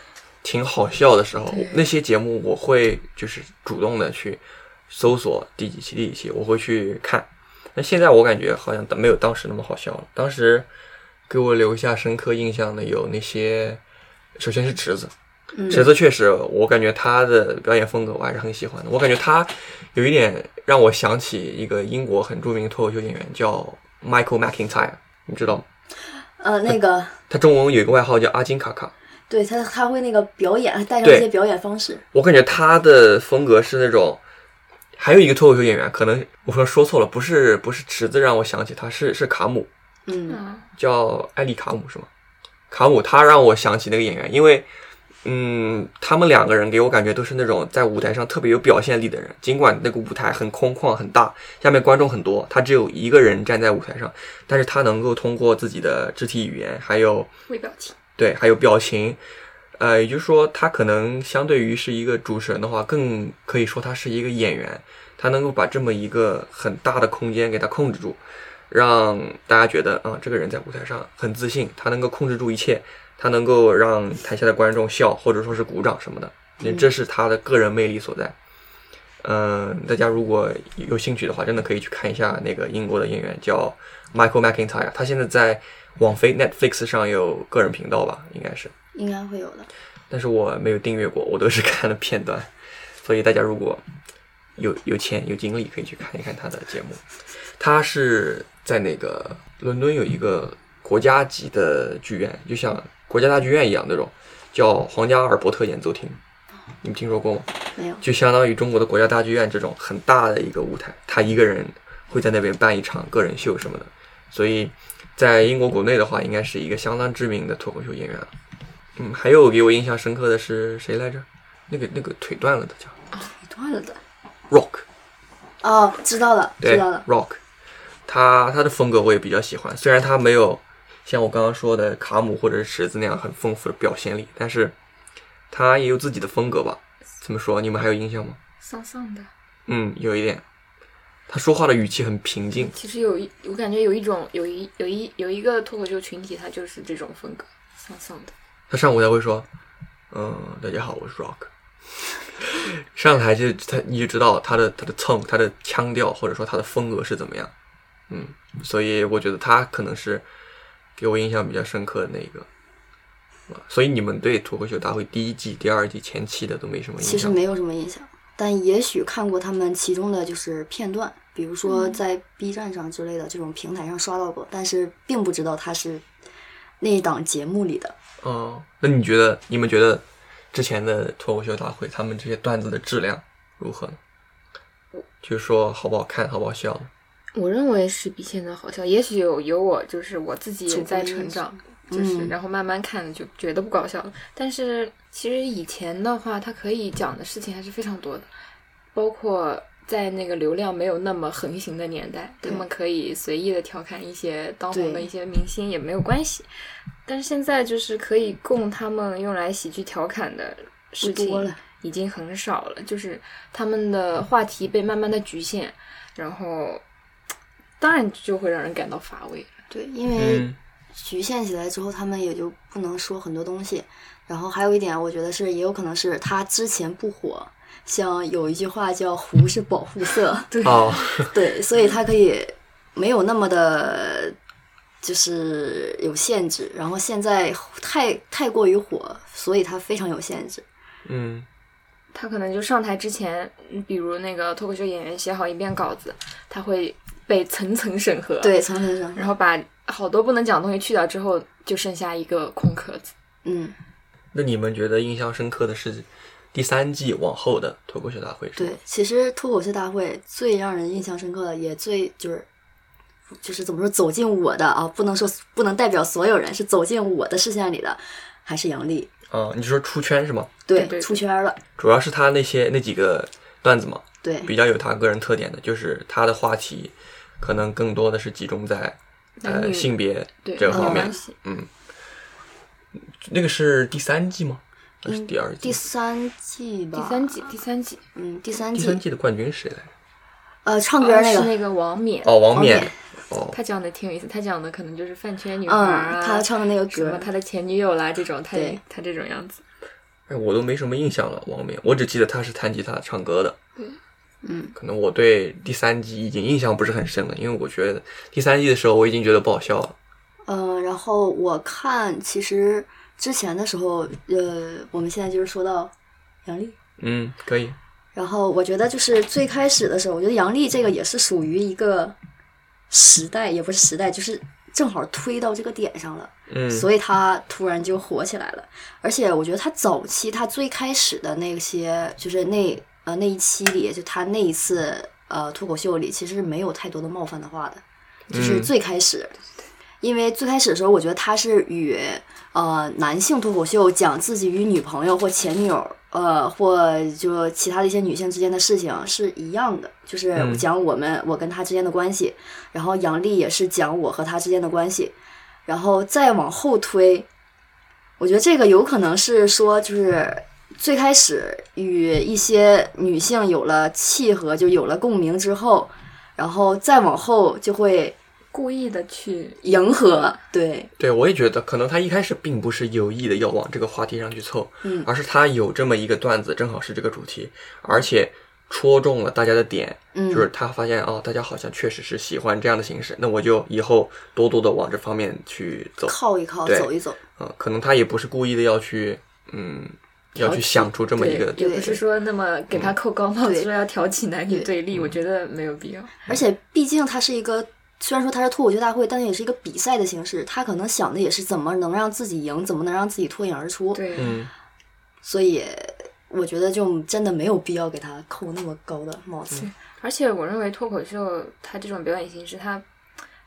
Speaker 1: 挺好笑的时候
Speaker 3: 对，
Speaker 1: 那些节目我会就是主动的去搜索第几期第几期，我会去看。但现在我感觉好像没有当时那么好笑了。当时给我留下深刻印象的有那些，首先是池子，
Speaker 2: 嗯
Speaker 1: 池子确实，我感觉他的表演风格我还是很喜欢的。我感觉他有一点让我想起一个英国很著名的脱口秀演员叫 Michael McIntyre，你知道吗？
Speaker 2: 呃，那个，
Speaker 1: 他中文有一个外号叫阿金卡卡。
Speaker 2: 对他他会那个表演，还带上
Speaker 1: 对
Speaker 2: 一些表演方式。
Speaker 1: 我感觉他的风格是那种，还有一个脱口秀演员，可能我说说错了，不是不是池子让我想起他，是是卡姆，
Speaker 2: 嗯
Speaker 3: 嗯，
Speaker 1: 叫艾丽卡姆是吗？卡姆他让我想起那个演员，因为嗯，他们两个人给我感觉都是那种在舞台上特别有表现力的人，尽管那个舞台很空旷很大，下面观众很多，他只有一个人站在舞台上，但是他能够通过自己的肢体语言还有
Speaker 3: 微表情，
Speaker 1: 对，还有表情，呃，也就是说，他可能相对于是一个主持人的话，更可以说他是一个演员，他能够把这么一个很大的空间给他控制住，让大家觉得啊、这个人在舞台上很自信，他能够控制住一切，他能够让台下的观众笑或者说是鼓掌什么的，那这是他的个人魅力所在。嗯、大家如果有兴趣的话，真的可以去看一下那个英国的演员叫 Michael McIntyre，他现在在网飞 Netflix 上有个人频道吧，应该是，
Speaker 2: 应该会有的。
Speaker 1: 但是我没有订阅过，我都是看了片段，所以大家如果有有钱有精力，可以去看一看他的节目。他是在那个伦敦有一个国家级的剧院，就像国家大剧院一样那种，叫皇家阿尔伯特演奏厅，你们听说过吗？
Speaker 2: 没有，
Speaker 1: 就相当于中国的国家大剧院这种很大的一个舞台，他一个人会在那边办一场个人秀什么的，所以在英国国内的话，应该是一个相当知名的脱口秀演员了。嗯，还有给我印象深刻的是谁来着？那个那个腿断了的叫
Speaker 2: 你断了的。
Speaker 1: Rock，
Speaker 2: 哦，知道了，知
Speaker 1: 对
Speaker 2: 道了。
Speaker 1: ，Rock，他他的风格我也比较喜欢，虽然他没有像我刚刚说的卡姆或者是池子那样很丰富的表现力，但是他也有自己的风格吧？怎么说？你们还有印象吗？
Speaker 3: 丧丧的，
Speaker 1: 嗯，有一点。他说话的语气很平静，
Speaker 3: 其实有一我感觉有一种有一有一有一个脱口秀群体，他就是这种风格，丧丧的，
Speaker 1: 他上舞台会说：“嗯，大家好，我是 Rock。”上台就他你就知道他的他的 tone、他的腔调或者说他的风格是怎么样。嗯，所以我觉得他可能是给我印象比较深刻的那一个。啊所以你们对脱口秀大会第一季、第二季前期的都没什么印象？
Speaker 2: 其实没有什么印象，但也许看过他们其中的就是片段，比如说在 B 站上之类的这种平台上刷到过，但是并不知道他是那一档节目里的。
Speaker 1: 哦，那你觉得你们觉得之前的脱口秀大会，他们这些段子的质量如何呢？就是说好不好看，好不好笑呢？
Speaker 3: 我认为是比现在好笑，也许有有我就是我自己
Speaker 2: 主
Speaker 3: 也
Speaker 2: 观
Speaker 3: 在
Speaker 2: 因
Speaker 3: 成
Speaker 2: 素
Speaker 3: 长，就是
Speaker 2: 嗯
Speaker 3: 然后慢慢看就觉得不搞笑了。但是其实以前的话，它可以讲的事情还是非常多的，包括在那个流量没有那么横行的年代，他
Speaker 2: 对
Speaker 3: 们可以随意的调侃一些当红的
Speaker 2: 对
Speaker 3: 一些明星也没有关系。但是现在就是可以供他们用来喜剧调侃的事
Speaker 2: 不多
Speaker 3: 情
Speaker 2: 了
Speaker 3: 已经很少了，就是他们的话题被慢慢的局限，然后当然就会让人感到乏味。
Speaker 2: 对，因
Speaker 3: 哎
Speaker 2: 为
Speaker 1: 嗯，
Speaker 2: 局限起来之后，他们也就不能说很多东西。然后还有一点，我觉得是也有可能是他之前不火，像有一句话叫“湖是保护色”，
Speaker 3: 对
Speaker 1: 哦，
Speaker 3: 嗯
Speaker 2: 对，所以他可以没有那么的，就是有限制。然后现在太太过于火，所以它非常有限制。
Speaker 1: 嗯
Speaker 3: 他可能就上台之前，嗯比如那个脱口秀演员写好一遍稿子，他会被层层审核，，
Speaker 2: 对，层层上，
Speaker 3: 然后把好多不能讲的东西去掉之后，就剩下一个空壳子。
Speaker 2: 嗯，
Speaker 1: 那你们觉得印象深刻的是第三季往后的脱口秀大会是吗？
Speaker 2: 对。其实脱口秀大会最让人印象深刻的，也最就是就是怎么说走进我的啊，不能说不能代表所有人，是走进我的视线里的，还是杨笠，
Speaker 1: 啊、你说出圈是吗？
Speaker 2: 对，
Speaker 3: 对对
Speaker 2: 出圈了，
Speaker 1: 主要是他那些那几个段子嘛，
Speaker 2: 对，
Speaker 1: 比较有他个人特点的，就是他的话题可能更多的是集中在
Speaker 3: 男
Speaker 1: 呃
Speaker 3: 女
Speaker 1: 性别
Speaker 3: 对，
Speaker 1: 这个
Speaker 3: 没有
Speaker 1: 方面
Speaker 3: 关。系
Speaker 1: 嗯，那个是第三季吗？还是
Speaker 2: 嗯
Speaker 1: 第二季？
Speaker 2: 第三季吧，
Speaker 3: 第三季，第三季哦
Speaker 2: 嗯，第三
Speaker 1: 第
Speaker 2: 季，
Speaker 1: 三季的冠军是谁来着？
Speaker 2: 呃，唱歌那
Speaker 3: 是
Speaker 2: 个，
Speaker 3: 那个王冕，
Speaker 1: 哦，王
Speaker 2: 王
Speaker 1: 冕
Speaker 2: 冕。
Speaker 1: 哦，
Speaker 3: 他讲的挺有意思，他讲的可能就是饭圈女孩啊，
Speaker 2: 嗯，他唱的那个
Speaker 3: 什么
Speaker 2: 歌，
Speaker 3: 他的前女友啦这种，他
Speaker 2: 对
Speaker 3: 他这种样子。
Speaker 1: 哎，我都没什么印象了。王冕，我只记得他是弹吉他、唱歌的。
Speaker 2: 嗯，
Speaker 1: 可能我对第三季已经印象不是很深了，因为我觉得第三季的时候我已经觉得不好笑了。
Speaker 2: 嗯、然后我看其实之前的时候，呃，我们现在就是说到杨笠，
Speaker 1: 嗯，可以。
Speaker 2: 然后我觉得就是最开始的时候，我觉得杨笠这个也是属于一个时代，也不是时代，就是正好推到这个点上了。
Speaker 1: 嗯，
Speaker 2: 所以他突然就火起来了。而且我觉得他早期他最开始的那些，就是那呃那一期里，就他那一次呃脱口秀里，其实没有太多的冒犯的话的，就是
Speaker 1: 嗯
Speaker 2: 最开始，因为最开始的时候，我觉得他是与呃男性脱口秀讲自己与女朋友或前女友。呃，或就其他的一些女性之间的事情是一样的，就是
Speaker 1: 嗯
Speaker 2: 讲我们、我跟他之间的关系，然后杨笠也是讲我和他之间的关系，然后再往后推，我觉得这个有可能是说，就是最开始与一些女性有了契合，就有了共鸣之后，然后再往后就会
Speaker 3: 故意的去
Speaker 2: 迎合，对，
Speaker 1: 对，我也觉得，可能他一开始并不是有意的要往这个话题上去凑，
Speaker 2: 嗯
Speaker 1: 而是他有这么一个段子，正好是这个主题，而且戳中了大家的点，就
Speaker 2: 嗯
Speaker 1: 是他发现哦，大家好像确实是喜欢这样的形式，那我就以后多多的往这方面去走，
Speaker 2: 靠一靠，
Speaker 1: 对
Speaker 2: 走一走，
Speaker 1: 嗯，可能他也不是故意的要去，嗯，要
Speaker 2: 调
Speaker 1: 去
Speaker 2: 剂
Speaker 1: 想出这么一
Speaker 3: 对，
Speaker 1: 个，
Speaker 3: 也
Speaker 2: 对
Speaker 3: 不是说那么给他扣高帽
Speaker 2: 嗯
Speaker 3: 子，
Speaker 2: 对
Speaker 3: 说要挑起男女
Speaker 2: 对
Speaker 3: 对立，
Speaker 1: 嗯
Speaker 3: 我觉得没有必要。
Speaker 2: 而且毕竟它是一个。虽然说它是脱口秀大会，但也是一个比赛的形式。他可能想的也是怎么能让自己赢，怎么能让自己脱颖而出。
Speaker 3: 对，
Speaker 1: 嗯，
Speaker 2: 所以我觉得就真的没有必要给他扣那么高的帽子。
Speaker 3: 而且我认为脱口秀它这种表演形式，它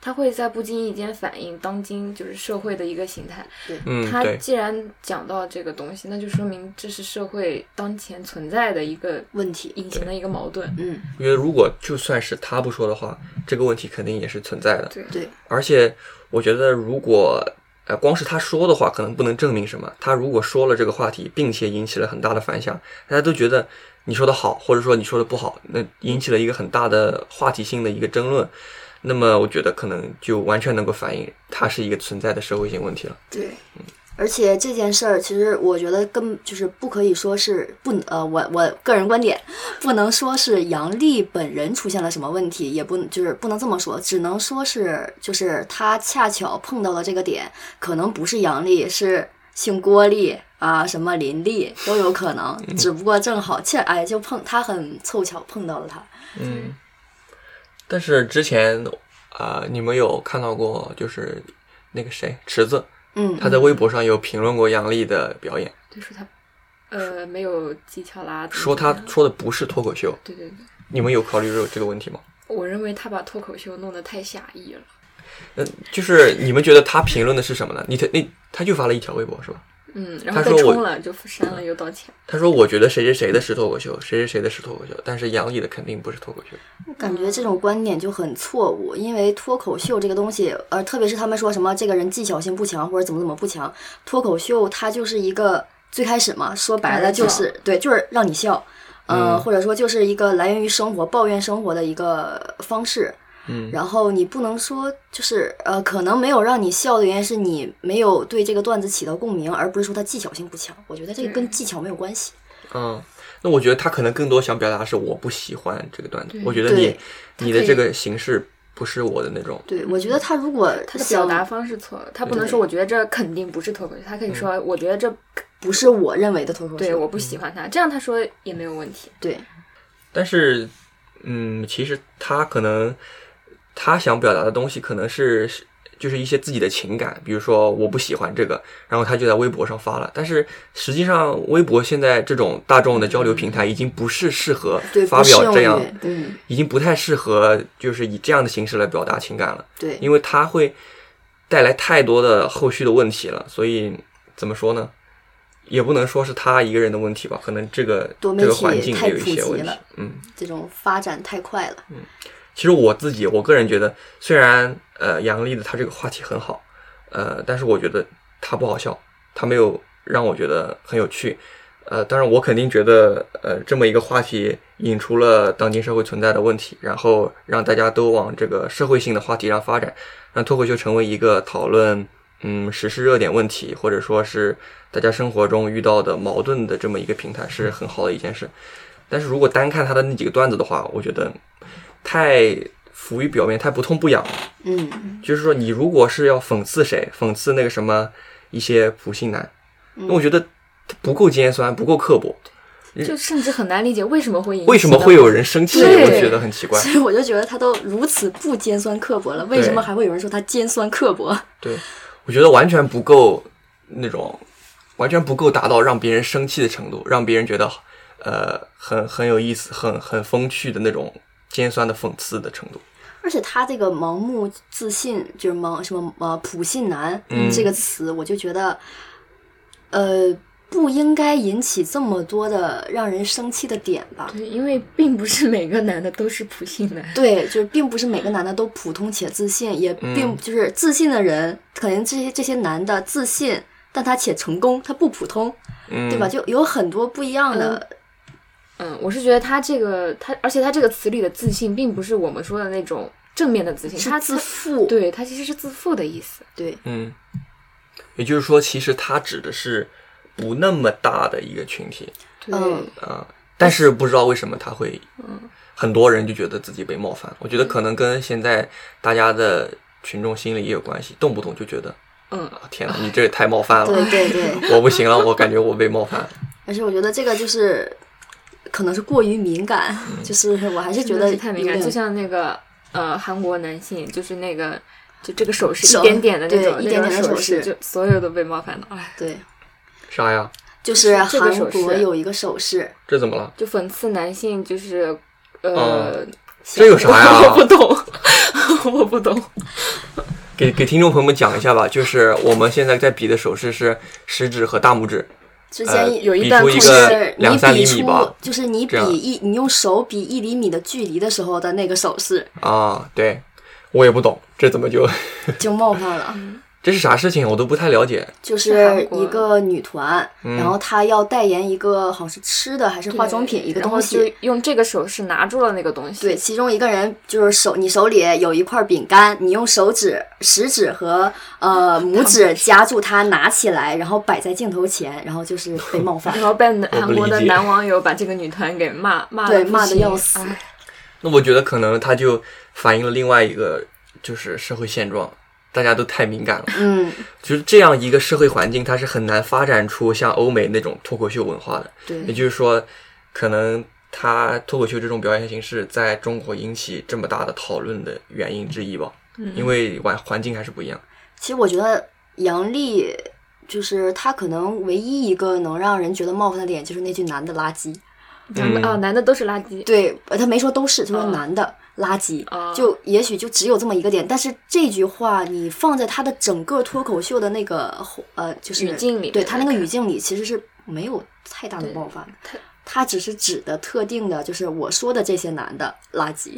Speaker 3: 它会在不经意间反映当今就是社会的一个形态。
Speaker 1: 嗯，
Speaker 3: 它
Speaker 1: 对，
Speaker 3: 既然讲到这个东西，那就说明这是社会当前存在的一个
Speaker 2: 问题
Speaker 3: 隐形的一个矛盾。
Speaker 2: 嗯，
Speaker 1: 因为如果就算是他不说的话，这个问题肯定也是存在的，
Speaker 3: 对
Speaker 2: 对，
Speaker 1: 而且我觉得，如果呃光是他说的话，可能不能证明什么。他如果说了这个话题，并且引起了很大的反响，大家都觉得你说的好，或者说你说的不好，那引起了一个很大的话题性的一个争论。那么我觉得可能就完全能够反映它是一个存在的社会性问题了。
Speaker 2: 对，而且这件事儿，其实我觉得根就是不可以说是不呃，我我个人观点，不能说是杨笠本人出现了什么问题，也不就是不能这么说，只能说是就是他恰巧碰到了这个点，可能不是杨笠，是姓郭笠啊，什么林笠都有可能，只不过正好恰哎就碰他很凑巧碰到了他，
Speaker 1: 嗯，但是之前啊、呃你们有看到过就是那个谁池子，
Speaker 2: 嗯，
Speaker 1: 他在微博上有评论过杨笠的表演，
Speaker 3: 对，说他呃没有技巧啦，怎么
Speaker 1: 说
Speaker 3: 怎么
Speaker 1: 他
Speaker 3: 样
Speaker 1: 说的不是脱口秀。
Speaker 3: 对对对，
Speaker 1: 你们有考虑过这个问题吗？
Speaker 3: 我认为他把脱口秀弄得太狭义了。
Speaker 1: 嗯，就是你们觉得他评论的是什么呢？你他你他就发了一条微博是吧？
Speaker 3: 嗯，然
Speaker 1: 他
Speaker 3: 后被
Speaker 1: 说我嗯
Speaker 3: 冲了就删了又道歉。
Speaker 1: 他说：“我觉得谁谁谁的是脱口秀，谁谁谁的是脱口秀，但是杨笠的肯定不是脱口秀。
Speaker 2: 感觉这种观点就很错误，因为脱口秀这个东西，呃，特别是他们说什么这个人技巧性不强或者怎么怎么不强，脱口秀它就是一个最开始嘛，说白了就是对，就是让你笑，呃，
Speaker 1: 嗯
Speaker 2: 或者说就是一个来源于生活、抱怨生活的一个方式。
Speaker 1: 嗯
Speaker 2: 然后你不能说就是呃，可能没有让你笑的原因是你没有对这个段子起到共鸣，而不是说它技巧性不强。我觉得这个跟
Speaker 3: 对
Speaker 2: 技巧没有关系。”
Speaker 1: 嗯，那我觉得他可能更多想表达是我不喜欢这个段子
Speaker 3: 对。
Speaker 1: 我觉得你
Speaker 2: 对
Speaker 1: 你的
Speaker 3: 他可
Speaker 1: 这
Speaker 3: 以
Speaker 1: 个形式不是我的那种。
Speaker 2: 对，我觉得他如果
Speaker 3: 他的表达方式错了，他不能说我觉得这肯定不是脱口秀，
Speaker 1: 嗯
Speaker 3: 他可以说我觉得这
Speaker 2: 不是我认为的脱口秀，
Speaker 3: 对我不
Speaker 1: 嗯
Speaker 3: 喜欢他，这样他说也没有问题。
Speaker 2: 对，
Speaker 1: 但是，嗯，其实他可能他想表达的东西可能是是就是一些自己的情感，比如说我不喜欢这个，然后他就在微博上发了。但是实际上，微博现在这种大众的交流平台已经不是适合
Speaker 2: 嗯对
Speaker 1: 发表这样
Speaker 2: 不适用于，嗯，
Speaker 1: 已经不太适合就是以这样的形式来表达情感了，
Speaker 2: 对，
Speaker 1: 因为它会带来太多的后续的问题了。所以怎么说呢？也不能说是他一个人的问题吧，可能这个
Speaker 2: 多媒
Speaker 1: 这个
Speaker 2: 体
Speaker 1: 环境
Speaker 2: 太
Speaker 1: 也有一
Speaker 2: 普
Speaker 1: 些
Speaker 2: 及
Speaker 1: 问题
Speaker 2: 了。
Speaker 1: 嗯，
Speaker 2: 这种发展太快了，
Speaker 1: 其实我自己，我个人觉得，虽然呃杨笠的他这个话题很好，呃，但是我觉得他不好笑，他没有让我觉得很有趣。呃，当然我肯定觉得，呃，这么一个话题引出了当今社会存在的问题，然后让大家都往这个社会性的话题上发展，让脱口秀成为一个讨论嗯时事热点问题，或者说是大家生活中遇到的矛盾的这么一个平台，是很好的一件事。但是如果单看他的那几个段子的话，我觉得太浮于表面，太不痛不痒了。
Speaker 2: 嗯
Speaker 1: 就是说，你如果是要讽刺谁，讽刺那个什么一些普信男，那我觉得不够尖酸，不够刻薄。
Speaker 3: 就甚至很难理解为什么会引起
Speaker 1: 嗯为什么会有人生气？
Speaker 3: 对
Speaker 1: 我觉得很奇怪。
Speaker 2: 所以我就觉得他都如此不尖酸刻薄了，为什么还会有人说他尖酸刻薄？ <laughs>
Speaker 1: 对，我觉得完全不够那种，完全不够达到让别人生气的程度，让别人觉得呃很很有意思、很很风趣的那种尖酸的讽刺的程度。
Speaker 2: 而且他这个盲目自信，就是盲什么呃普信男、
Speaker 1: 嗯
Speaker 2: 这个词，我就觉得，呃，不应该引起这么多的让人生气的点吧。
Speaker 3: <laughs> 对，因为并不是每个男的都是普信男。
Speaker 2: 对，就是并不是每个男的都普通且自信，也并
Speaker 1: 嗯
Speaker 2: 就是自信的人，可能这些这些男的自信，但他且成功，他不普通，
Speaker 1: 嗯，
Speaker 2: 对吧？？就有很多不一样的，
Speaker 3: 嗯，我是觉得他这个他，而且他这个词里的自信，并不是我们说的那种正面的自信，他
Speaker 2: 是自负，
Speaker 3: 对他其实是自负的意思。
Speaker 2: 对
Speaker 1: 嗯，也就是说，其实它指的是不那么大的一个群体
Speaker 3: 对
Speaker 2: 嗯
Speaker 1: 啊、但是不知道为什么他会，很多人就觉得自己被冒犯。我觉得可能跟现在大家的群众心理也有关系，动不动就觉得
Speaker 3: 嗯，
Speaker 1: 啊，天哪，你这也太冒犯
Speaker 2: 对
Speaker 1: 了，
Speaker 2: 对对。
Speaker 1: <laughs> 我不行了，我感觉我被冒犯了。
Speaker 2: 而且我觉得这个就是可能是过于敏感，
Speaker 1: 嗯
Speaker 2: 就是我还是觉
Speaker 3: 真
Speaker 2: 得
Speaker 3: 的是太敏感，
Speaker 2: 有点
Speaker 3: 就像那个呃韩国男性，就是那个就这个手势
Speaker 2: 手
Speaker 3: 一点点的那
Speaker 2: 对
Speaker 3: 种
Speaker 2: 一点
Speaker 3: 那
Speaker 2: 点
Speaker 3: 种
Speaker 2: 的手
Speaker 3: 势，
Speaker 2: 势
Speaker 3: 就所有都被冒犯了，哎，
Speaker 2: 对，
Speaker 1: 啥呀？
Speaker 2: 就是
Speaker 3: 这个
Speaker 2: 韩
Speaker 3: 手势
Speaker 2: 国有一个手势，
Speaker 1: 这怎么了？
Speaker 3: 就讽刺男性就是呃，
Speaker 1: 嗯这有啥呀
Speaker 3: <laughs> 我不懂，我不懂，
Speaker 1: 给给听众朋友们讲一下吧，就是我们现在在比的手势是食指和大拇指，
Speaker 2: 之
Speaker 1: 呃，
Speaker 2: 间
Speaker 3: 有一
Speaker 1: 比
Speaker 3: 段
Speaker 1: 出
Speaker 2: 就
Speaker 1: 一
Speaker 3: 空
Speaker 2: 是
Speaker 1: 个
Speaker 2: 你
Speaker 1: 两三厘
Speaker 2: 比
Speaker 1: 米
Speaker 2: 出
Speaker 1: 吧，，
Speaker 2: 就是你
Speaker 1: 这
Speaker 2: 比
Speaker 1: 样
Speaker 2: 一，你用手比一厘米的距离的时候的那个手
Speaker 1: <laughs>
Speaker 2: 势，
Speaker 1: 啊，对，我也不懂，这怎么就
Speaker 2: 就冒犯了。
Speaker 1: 这是啥事情？我都不太了解。
Speaker 2: 就是一个女团，
Speaker 1: 嗯
Speaker 2: 然后她要代言一个好像是吃的还是化妆品一个东
Speaker 3: 然后
Speaker 2: 西。
Speaker 3: 就用这个手势拿住了那个东西，
Speaker 2: 对，其中一个人就是手，你手里有一块饼干，你用手指、食指和
Speaker 3: <laughs>
Speaker 2: 呃拇指夹住它，拿起来，然后摆在镜头前，然后就是被冒
Speaker 3: <laughs>
Speaker 2: 犯
Speaker 3: 然，后被男
Speaker 1: 我不
Speaker 3: 韩国的
Speaker 1: 理解
Speaker 3: 男网友把这个女团给骂骂
Speaker 2: 对
Speaker 3: 得不
Speaker 2: 骂得
Speaker 3: 行
Speaker 2: 要死
Speaker 3: 哎
Speaker 1: 那我觉得可能它就反映了另外一个就是社会现状，大家都太敏感了。
Speaker 2: 嗯，
Speaker 1: 就是这样一个社会环境，它是很难发展出像欧美那种脱口秀文化的。也
Speaker 2: 对，
Speaker 1: 就是说，可能它脱口秀这种表演形式在中国引起这么大的讨论的原因之一吧。因为环环境还是不一样。
Speaker 2: 其实我觉得杨笠就是她可能唯一一个能让人觉得冒犯的点，就是那句“男的垃圾”。
Speaker 3: 男的
Speaker 1: 嗯
Speaker 3: 啊，男的都是垃圾，
Speaker 2: 对，呃他没说都是，他说
Speaker 3: 嗯
Speaker 2: 男的、垃圾，
Speaker 3: 啊
Speaker 2: 就也许就只有这么一个点。但是这句话你放在他的整个脱口秀的那个后呃，就是
Speaker 3: 语境里
Speaker 2: 对
Speaker 3: 面
Speaker 2: 他
Speaker 3: 来
Speaker 2: 那个语
Speaker 3: 看
Speaker 2: 境里其实是没有太大的
Speaker 3: 对
Speaker 2: 冒犯的
Speaker 3: 他。
Speaker 2: 他只是指的特定的，就是我说的这些男的垃圾。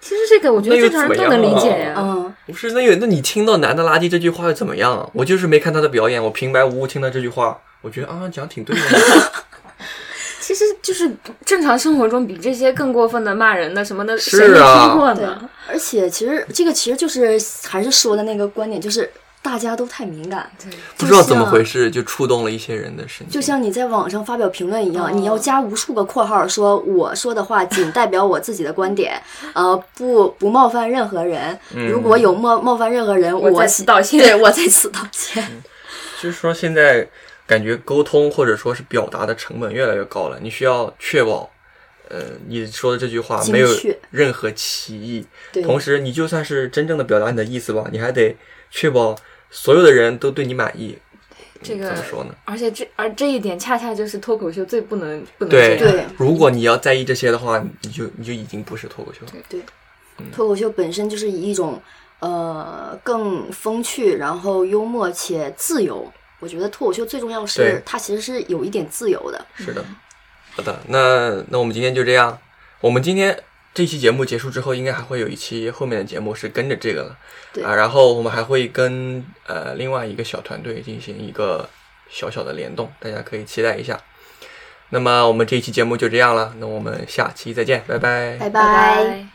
Speaker 3: 其实这个我觉得
Speaker 1: 那又
Speaker 3: 正常人
Speaker 1: 怎么
Speaker 3: 都能理
Speaker 1: 样
Speaker 3: 解
Speaker 1: 啊
Speaker 3: 呀、
Speaker 2: 嗯，
Speaker 1: 不是，那有那你听到“男的垃圾”这句话又怎么样啊？我就是没看他的表演，我平白无故听到这句话，我觉得啊讲挺对的。啊
Speaker 2: <laughs>
Speaker 3: 其实就是正常生活中比这些更过分的骂人的什么的，
Speaker 1: 是
Speaker 3: 谁没
Speaker 1: 啊
Speaker 3: 听过
Speaker 2: 对
Speaker 3: 呢？。
Speaker 2: 而且其实这个其实就是还是说的那个观点，就是大家都太敏感，
Speaker 1: 不知道怎么回事就触动了一些人的神经。
Speaker 2: 就像你在网上发表评论一样，
Speaker 3: 哦
Speaker 2: 你要加无数个括号，说我说的话仅代表我自己的观点，呃，不不冒犯任何人。如果有冒冒犯任何人，
Speaker 3: 嗯我
Speaker 2: 我
Speaker 3: 在此道歉嗯
Speaker 2: 对我在此道歉。
Speaker 1: 就是说现在感觉沟通或者说是表达的成本越来越高了，你需要确保，呃，你说的这句话
Speaker 2: 精
Speaker 1: 没有
Speaker 2: 确
Speaker 1: 任何歧义，
Speaker 2: 对，
Speaker 1: 同时你就算是真正的表达你的意思吧，你还得确保所有的人都对你满意。
Speaker 3: 这个
Speaker 1: 怎么说呢？
Speaker 3: 而且这而这一点恰恰就是脱口秀最不能不能
Speaker 1: 对
Speaker 3: 这
Speaker 2: 对
Speaker 3: 样
Speaker 1: 如果你要在意这些的话，你就你就已经不是脱口秀了。
Speaker 2: 脱口秀本身就是以一种呃更风趣，然后幽默且自由。我觉得脱口秀最重要的是
Speaker 1: 对，
Speaker 2: 它其实是有一点自由的。
Speaker 1: 是的，好的，那那我们今天就这样。我们今天这期节目结束之后，应该还会有一期后面的节目是跟着这个了，
Speaker 2: 对
Speaker 1: 啊，然后我们还会跟呃另外一个小团队进行一个小小的联动，大家可以期待一下。
Speaker 3: 哎
Speaker 1: 那么我们这一期节目就这样了，那我们下期再见，拜拜
Speaker 2: 拜
Speaker 3: 拜拜。